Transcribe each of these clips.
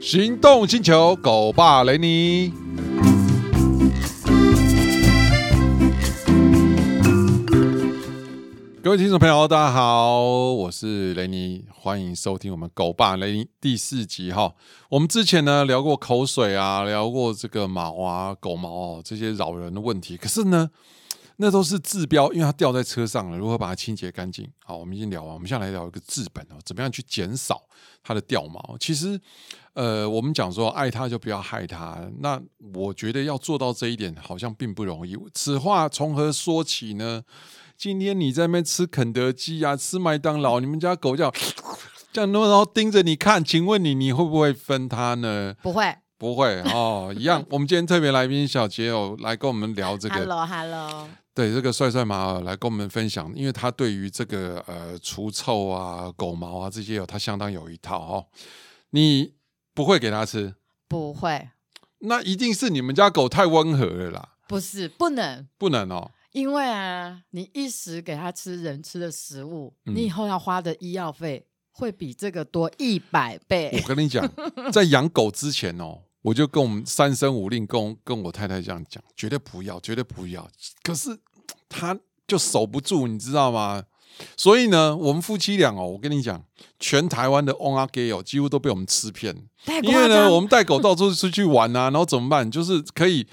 行动星球狗爸雷尼。各位听众朋友，大家好，我是雷尼，欢迎收听我们《狗爸雷尼》第四集哈。我们之前呢聊过口水啊，聊过这个毛啊、狗毛哦这些扰人的问题，可是呢，那都是治标，因为它掉在车上了，如何把它清洁干净？好，我们已经聊完，我们现在来聊一个治本哦，怎么样去减少它的掉毛？其实，呃，我们讲说爱它就不要害它，那我觉得要做到这一点好像并不容易。此话从何说起呢？今天你在那边吃肯德基啊，吃麦当劳，你们家狗叫 这样，然后盯着你看，请问你你会不会分它呢？不会不会哦，一样。我们今天特别来宾小杰哦，来跟我们聊这个。 ，Hello Hello，对这个帅帅马尔来跟我们分享，因为他对于这个呃除臭啊、狗毛啊这些有他相当有一套哦。你不会给他吃，不会，那一定是你们家狗太温和了啦，不是不能，不能哦。因为啊，你一时给它吃人吃的食物，嗯你以后要花的医药费会比这个多一百倍。我跟你讲，在养狗之前哦，我就跟我们三声五令跟我跟我太太这样讲，绝对不要，绝对不要。可是他就守不住，你知道吗？所以呢，我们夫妻俩哦，我跟你讲，全台湾的 on a gay 哦，几乎都被我们吃遍。太因夸为张呢，了，我们带狗到处出去玩啊，然后怎么办？就是可以，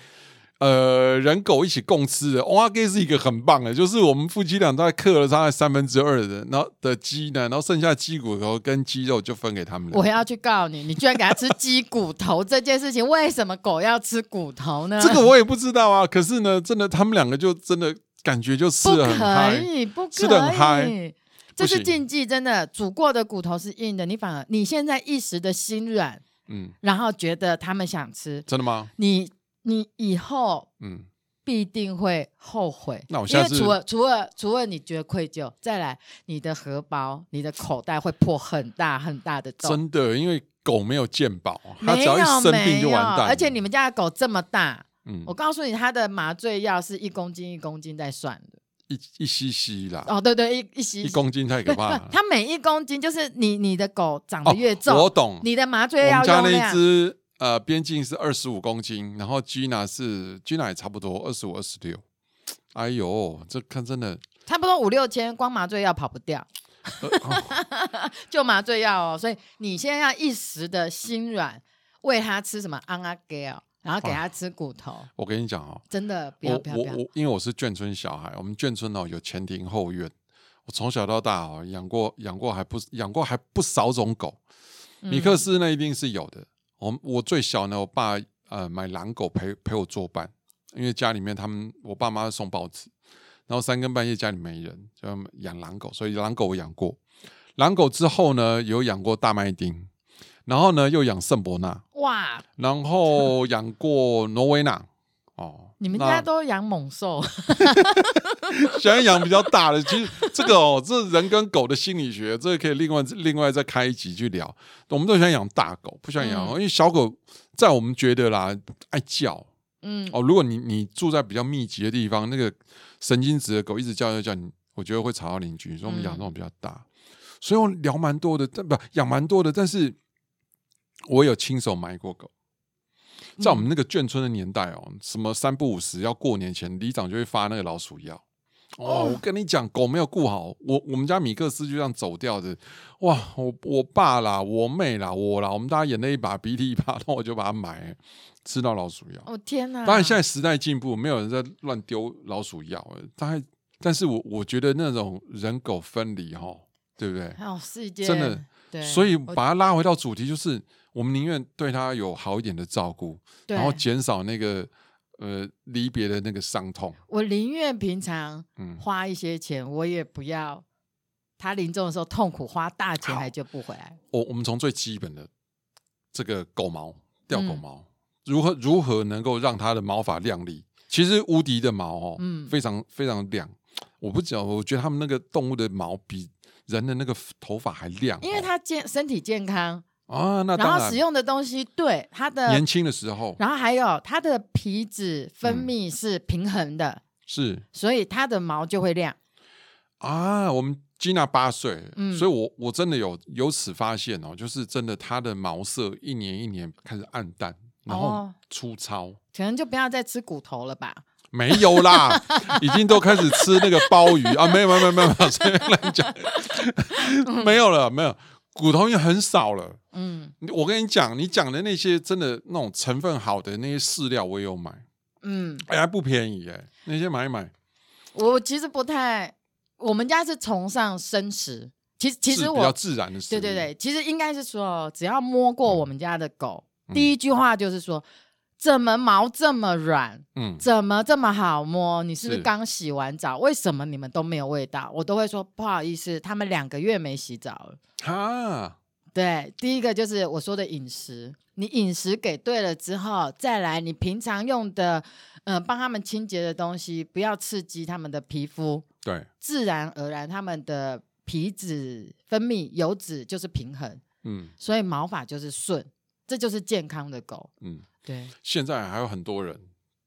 呃，人狗一起共吃的。哇，给是一个很棒的，就是我们夫妻俩大概克了大概三分之二的，然后的鸡呢，然后剩下鸡骨头跟鸡肉就分给他们我了。要去告你，你居然给它吃鸡骨头这件事情，为什么狗要吃骨头 呢？这个我也不知道啊，可是呢，真的他们两个就真的感觉就吃不的很可嗨，以，不吃得很可嗨以。这不是行禁忌，真的。煮过的骨头是硬的，你反而你现在一时的心软，嗯，然后觉得他们想吃，真的吗？你你以后嗯，必定会后悔。那我因下为次除了除了除了你觉得愧疚，再来你的荷包、你的口袋会破很大很大的洞。真的，因为狗没有健保，它没只要有一生病没就有，完蛋了。而且你们家的狗这么大，嗯我，告诉你，它的麻醉药是一公斤一公斤在算的。一一吸吸啦，哦，对对，一一吸啊一公斤太可怕了。它每一公斤就是你你的狗长得哦 越重，我懂，你的麻我醉们药家用那一量只呃，边境是二十五公斤，然后 Gina 是 Gina 也差不多二十五、二十六。哎呦，这看真的，差不多五六千，光麻醉药跑不掉。呃 哦就麻醉药哦，所以你现在要一时的心软，喂它吃什么安阿给哦，然后给它吃骨头，我跟你讲哦，真的不我要不要我不要，我，因为我是眷村小孩，我们眷村哦有前庭后院，我从小到大哦养过养过还不养过还不少种狗，米嗯克斯那一定是有的。我我最小呢，我爸呃买狼狗陪陪我作伴，因为家里面他们我爸妈送报纸，然后三更半夜家里没人，就养狼狗，所以狼狗我养过。狼狗之后呢，有养过大麦町，然后呢又养圣伯纳，哇，然后 养过挪威纳。哦，你们那家都养猛 兽，喜欢养比较大的，其实这个哦，这人跟狗的心理学，这个可以另外另外再开一集去聊。我们都喜欢养大狗，不喜欢养，嗯因为小狗在我们觉得啦，爱叫嗯，哦。如果你你住在比较密集的地方，那个神经质的狗一直叫叫叫你，我觉得会吵到邻居。所以我们养那种比较大，所以我聊蛮多的，但不养蛮多的，但是我有亲手买过狗。在我们那个眷村的年代哦，什么三不五时要过年前，里长就会发那个老鼠药。哦，我跟你讲，狗没有顾好，我我们家米克斯就这样走掉的。哇，我我爸啦，我妹啦，我啦，我们大家眼泪一把鼻涕一把，然后我就把它买了，吃到老鼠药。哦天哪！当然，现在时代进步，没有人在乱丢老鼠药了。大概，但是我我觉得那种人狗分离哈，对不对？哦是一件真的，对，所以我把它拉回到主题，就是我们宁愿对它有好一点的照顾，对然后减少那个呃离别的那个伤痛。我宁愿平常嗯花一些钱，我也不要它临终的时候痛苦花大钱好还救不回来。我我们从最基本的这个狗毛掉狗嗯毛，如何如何能够让它的毛发亮丽？其实无敌的毛哦，嗯非常非常亮。我不讲，我觉得他们那个动物的毛比人的那个头发还亮哦、因为它健身体健康，啊，那然当后使然，用的东西对它的年轻的时候然后还有它的皮嗯脂分泌是平衡的，是所以它的毛就会亮。啊，我们吉娜八岁，嗯所以我我真的有由此发现哦，就是真的它的毛色一年一年开始暗淡，然后哦粗糙。可能就不要再吃骨头了吧？没有啦，已经都开始吃那个鲍鱼啊！没有没有没有没有，没有随便乱讲，没有了没有，骨头也很少了。嗯我跟你讲，你讲的那些真的那种成分好的那些饲料，我也有买，嗯，哎、还不便宜哎、那些买一买。我其实不太，我们家是崇尚生食，其实其是实比较我自然的食对物，对对，其实应该是说，只要摸过我们家的狗，嗯第一句话就是说。怎么毛这么软？嗯，怎么这么好摸？你是不是是刚洗完澡？为什么你们都没有味道？我都会说不好意思，他们两个月没洗澡了。哈，对，第一个就是我说的饮食，你饮食给对了之后，再来你平常用的，呃，帮他们清洁的东西，不要刺激他们的皮肤，对，自然而然他们的皮脂分泌油脂就是平衡，嗯所以毛发就是顺，这就是健康的狗。嗯，对，现在还有很多人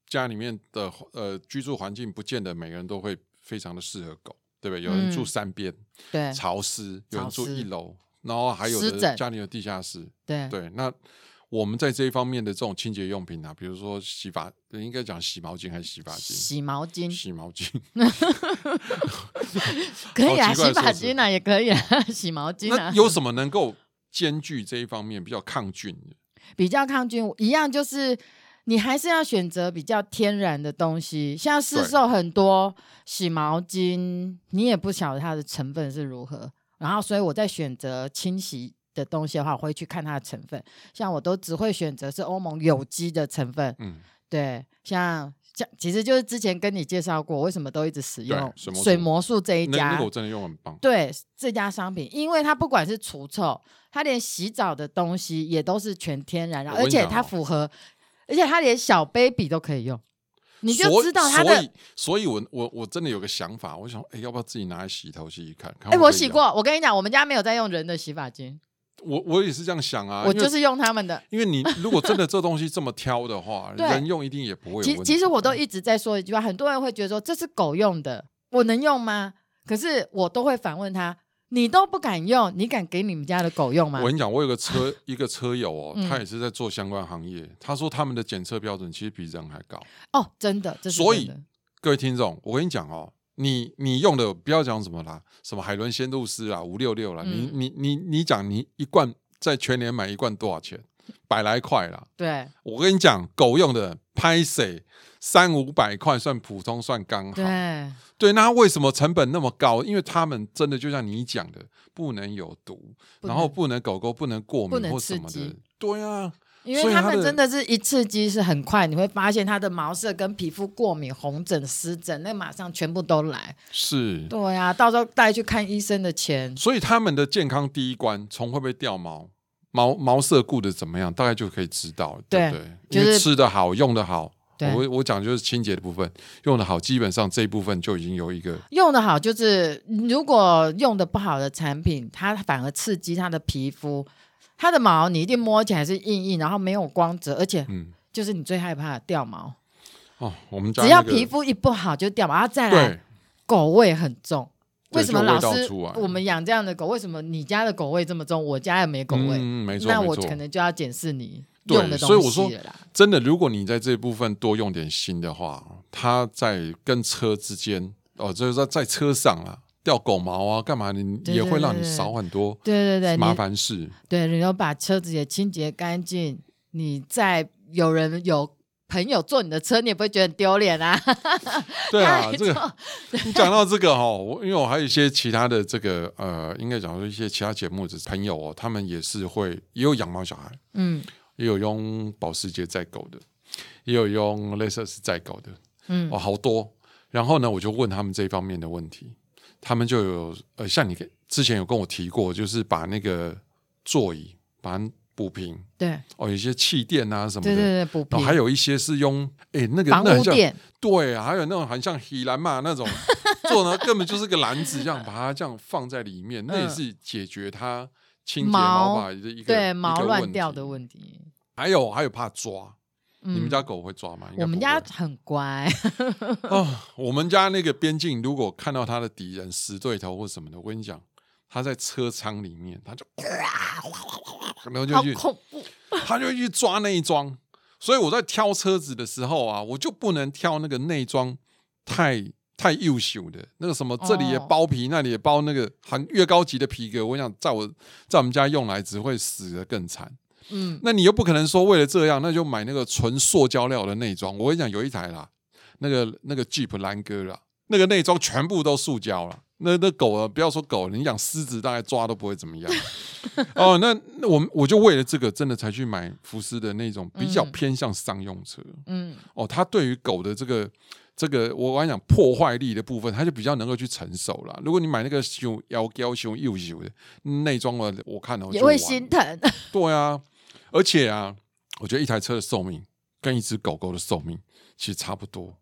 家里面的呃居住环境，不见得每个人都会非常的适合狗，对不对？有人嗯住山边，对，潮湿，有人住潮湿一楼，然后还有湿的疹家里有地下室，对，对，那。我们在这一方面的这种清洁用品啊，比如说洗发，应该讲洗毛巾还是洗发精？洗毛巾洗毛巾，可以啊，哦好奇怪洗的发说辞精啊也可以啊， 洗毛巾那啊，有什么能够兼具这一方面比较抗菌的？比较抗菌一样就是。你还是要选择比较天然的东西，像市对售很多洗毛巾，你也不晓得它的成分是如何。然后，所以我在选择清洗的东西的话，我会去看它的成分。像我都只会选择是欧盟有机的成分，嗯，对，像像其实就是之前跟你介绍过，为什么都一直使对用水魔水术魔术这一那家，那个我真的用很棒。对这家商品，因为它不管是除臭，它连洗澡的东西也都是全天然，然后我而跟你讲且它哦符合，而且它连小 baby 都可以用，你就所知道它的。所以，所以我我我真的有个想法，我想，哎、要不要自己拿来洗头洗洗看？看哎、会不我会洗痒，过，我跟你讲，我们家没有在用人的洗发精，我我也是这样想啊。我因为就是用他们的。因为你如果真的这东西这么挑的话， 对人用一定也不会有其问题。嗯其实我都一直在说一句话，很多人会觉得说这是狗用的，我能用吗？可是我都会反问他，你都不敢用，你敢给你们家的狗用吗我？跟你讲，我有个 车一个车友哦，嗯他也是在做相关行业，他说他们的检测标准其实比人还高。哦，真的，这是所真以的各位听众，我跟你讲哦，你你用的不要讲什么啦，什么海伦仙露丝啦、五六六啦，嗯你你你你讲你一罐在全年买一罐多少钱？百来块啦。对我跟你讲，狗用的拍谁三五百块算普通，算刚好。对，对，那它为什么成本那么高？因为他们真的就像你讲的，不能有毒，不然后能不能狗狗不能过不敏能或什刺么的激。对啊，因为所以它它们的真的是一刺激是很快，你会发现它的毛色跟皮肤过敏、红疹、湿疹，那马上全部都来。是。对呀、到时候带去看医生的钱，所以他们的健康第一关，从会不会掉毛、毛毛色顾的怎么样，大概就可以知道，对不对对？就是因为吃的好，用的好。对我我讲就是清洁的部分，用的好，基本上这一部分就已经有一个用的好就是，如果用的不好的产品，它反而刺激它的皮肤，它的毛你一定摸起来是硬硬，然后没有光泽，而且嗯就是你最害怕的掉毛，哦，我们家只要那个皮肤一啊不好就掉毛，然后再来对狗味很重。对为什么就味老道师出来我们养这样的狗，为什么你家的狗味这么重，我家也没狗味？嗯，没错，那没我错可能就要检视你对用的所以东我说西了啦。真的，如果你在这部分多用点心的话，它在跟车之间哦，就是说在车上啦，掉狗毛啊，干嘛你对也会对让对你对少很多对对对，麻你烦 事。对，你要把车子也清洁干净，你再有人有朋友坐你的车，你也不会觉得很丢脸啊。对啊， 没这个错你讲到这个哈、我因为我还有一些其他的这个呃，应该讲说一些其他节目的朋友哦，他们也是会也有养猫小孩，嗯也有用保时捷载狗的，也有用类似是载狗的，嗯哦，好多。然后呢，我就问他们这方面的问题，他们就有呃，像你之前有跟我提过，就是把那个座椅把它补平对哦，有一些气垫啊什么对对的。对，补然皮后还有一些是用诶那个防那很污像垫，对啊，还有那种很像喜兰嘛 那种做呢，根本就是个篮子，这样把它这样放在里面，那也嗯是解决它清洁毛毛发的一个对毛乱掉掉的问题。还有还有怕抓，你们嗯家狗会抓吗？应该我们不家会很乖，哦，我们家那个边境，如果看到他的敌人死对头或什么的，我跟你讲，他在车舱里面，他就， 然后就好去恐怖。他就去抓内装。所以我在挑车子的时候啊，我就不能挑那个内装太太优秀的，那个什么这里也哦包皮，那里也包那个含越高级的皮革，我想在我在我们家用来只会死的更惨。嗯，那你又不可能说为了这样，那就买那个纯塑胶料的内装。我跟你讲，有一台啦，那个那个 Jeep 兰哥啦，那个内装全部都塑胶了。那那狗啊，不要说狗了，你养狮子大概抓都不会怎么样。 哦，那那我们我就为了这个，真的才去买福斯的那种比较嗯偏向商用车。嗯，哦，它对于狗的这个这个，我刚讲破坏力的部分，它就比较能够去承受啦。如果你买那个熊腰腰熊又熊的内装了，我看了我就也会完心疼。对啊，而且啊，我觉得一台车的寿命跟一只狗狗的寿命其实差不多。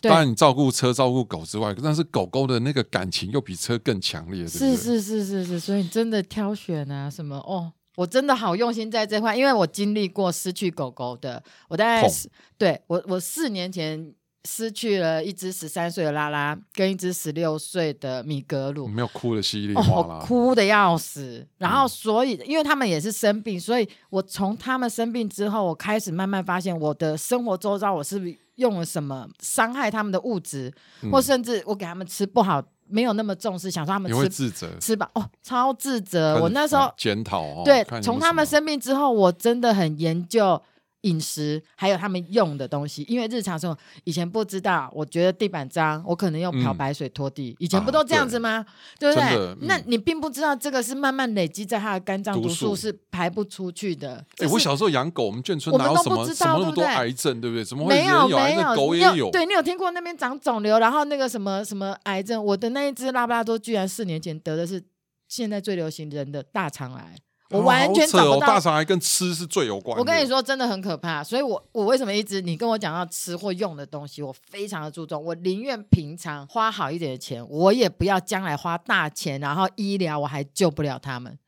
对当然，你照顾车、照顾狗之外，但是狗狗的那个感情又比车更强烈，对不对？是是是是是，所以你真的挑选啊，什么哦，我真的好用心在这块，因为我经历过失去狗狗的，我大概痛是对我我四年前失去了一只十三岁的拉拉跟一只十六岁的米格我鲁。没有哭的稀里哦，哗我嗯啦。嗯哭的要死，然后所以，因为他们也是生病，所以我从他们生病之后，我开始慢慢发现我的生活周遭我是不是用了什么伤害他们的物质，或甚至我给他们吃不好，没有那么重视，想说他们嗯你会吃自责，吃吧，哦，超自开责。始呃我那时候检讨哦，对看，你从有他们什么生病之后，我真的很研究饮食，还有他们用的东西，因为日常生活以前不知道，我觉得地板脏，我可能用漂嗯白水拖地，以前啊不都这样对子吗？对不真对？的那嗯你并不知道这个是慢慢累积在他的肝脏毒毒素素是排不出去的。哎、这我是小时候养狗，我们眷村我哪们有都什不么知什么道那么对不多对癌症，对不对？怎么会没人有癌症没有，狗你也有有？对你有听过那边长肿瘤，然后那个什么什么癌症？我的那一只拉布拉多居然四年前得的是现在最流行人的大肠癌，我哦完好全扯找哦不到。大肠癌跟吃是最有关的。我跟你，说，真的很可怕。所以我我为什么一直你跟我讲要吃或用的东西，我非常的注重。我宁愿平常花好一点的钱，我也不要将来花大钱，然后医疗我还救不了他们。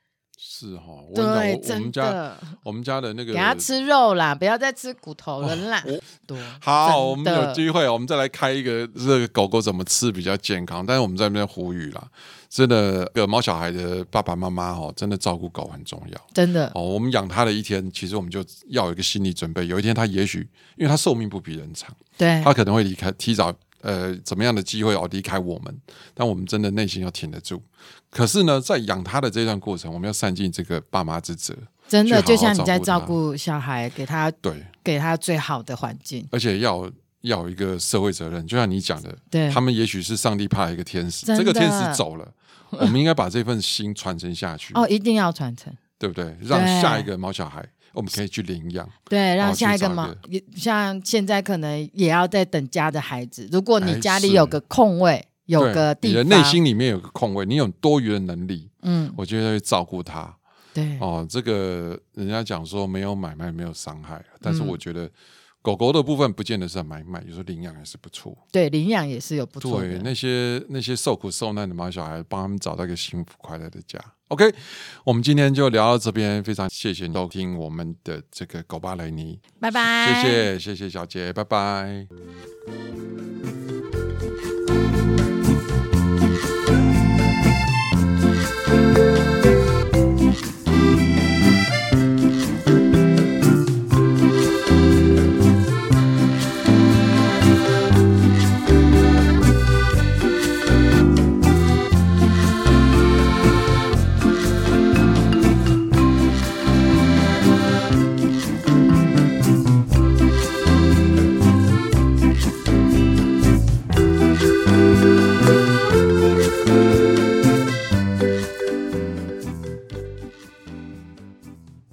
是哈、哦，我跟对，你讲我我真们家的，我们家的那个给他吃肉啦，不要再吃骨头了啦。啊我对好，我们真的有机会，我们再来开一个这个狗狗怎么吃比较健康。但是我们在那边呼吁啦，真的，呃，毛小孩的爸爸妈妈哦，真的照顾狗很重要真的，哦。我们养它的一天，其实我们就要有一个心理准备，有一天它也许因为它寿命不比人长，对它可能会离开，提早呃怎么样的机会哦离开我们。但我们真的内心要挺得住。可是呢，在养它的这段过程，我们要善尽这个爸妈之责，真的去好就好像你在照照顾他顾小孩，给他对，给他最好的环境。而且要要有一个社会责任，就像你讲的。对，他们也许是上帝派一个天使，真这的个天使走 了，我们应该把这份心传承下去，哦，一定要传承。对不对？让下一个毛小孩，我们可以去领养。对，然后让哦去下一个找一嘛个，也像现在可能也要在等家的孩子。如果哎你家是里有个空位，有对个地你的方，内心里面有个空位，你有多余的能力，嗯，我觉得会照顾他。对，哦，这个人家讲说没有买卖没有伤害，但是嗯我觉得狗狗的部分不见得是买卖，有时候领养还是不错。对，领养也是有不错对的。那些那些受苦受难的毛小孩，帮他们找到一个幸福快乐的家。OK，我们今天就聊到这边，非常谢谢你收听我们的这个狗巴雷尼，拜拜，谢谢谢谢小杰，拜拜。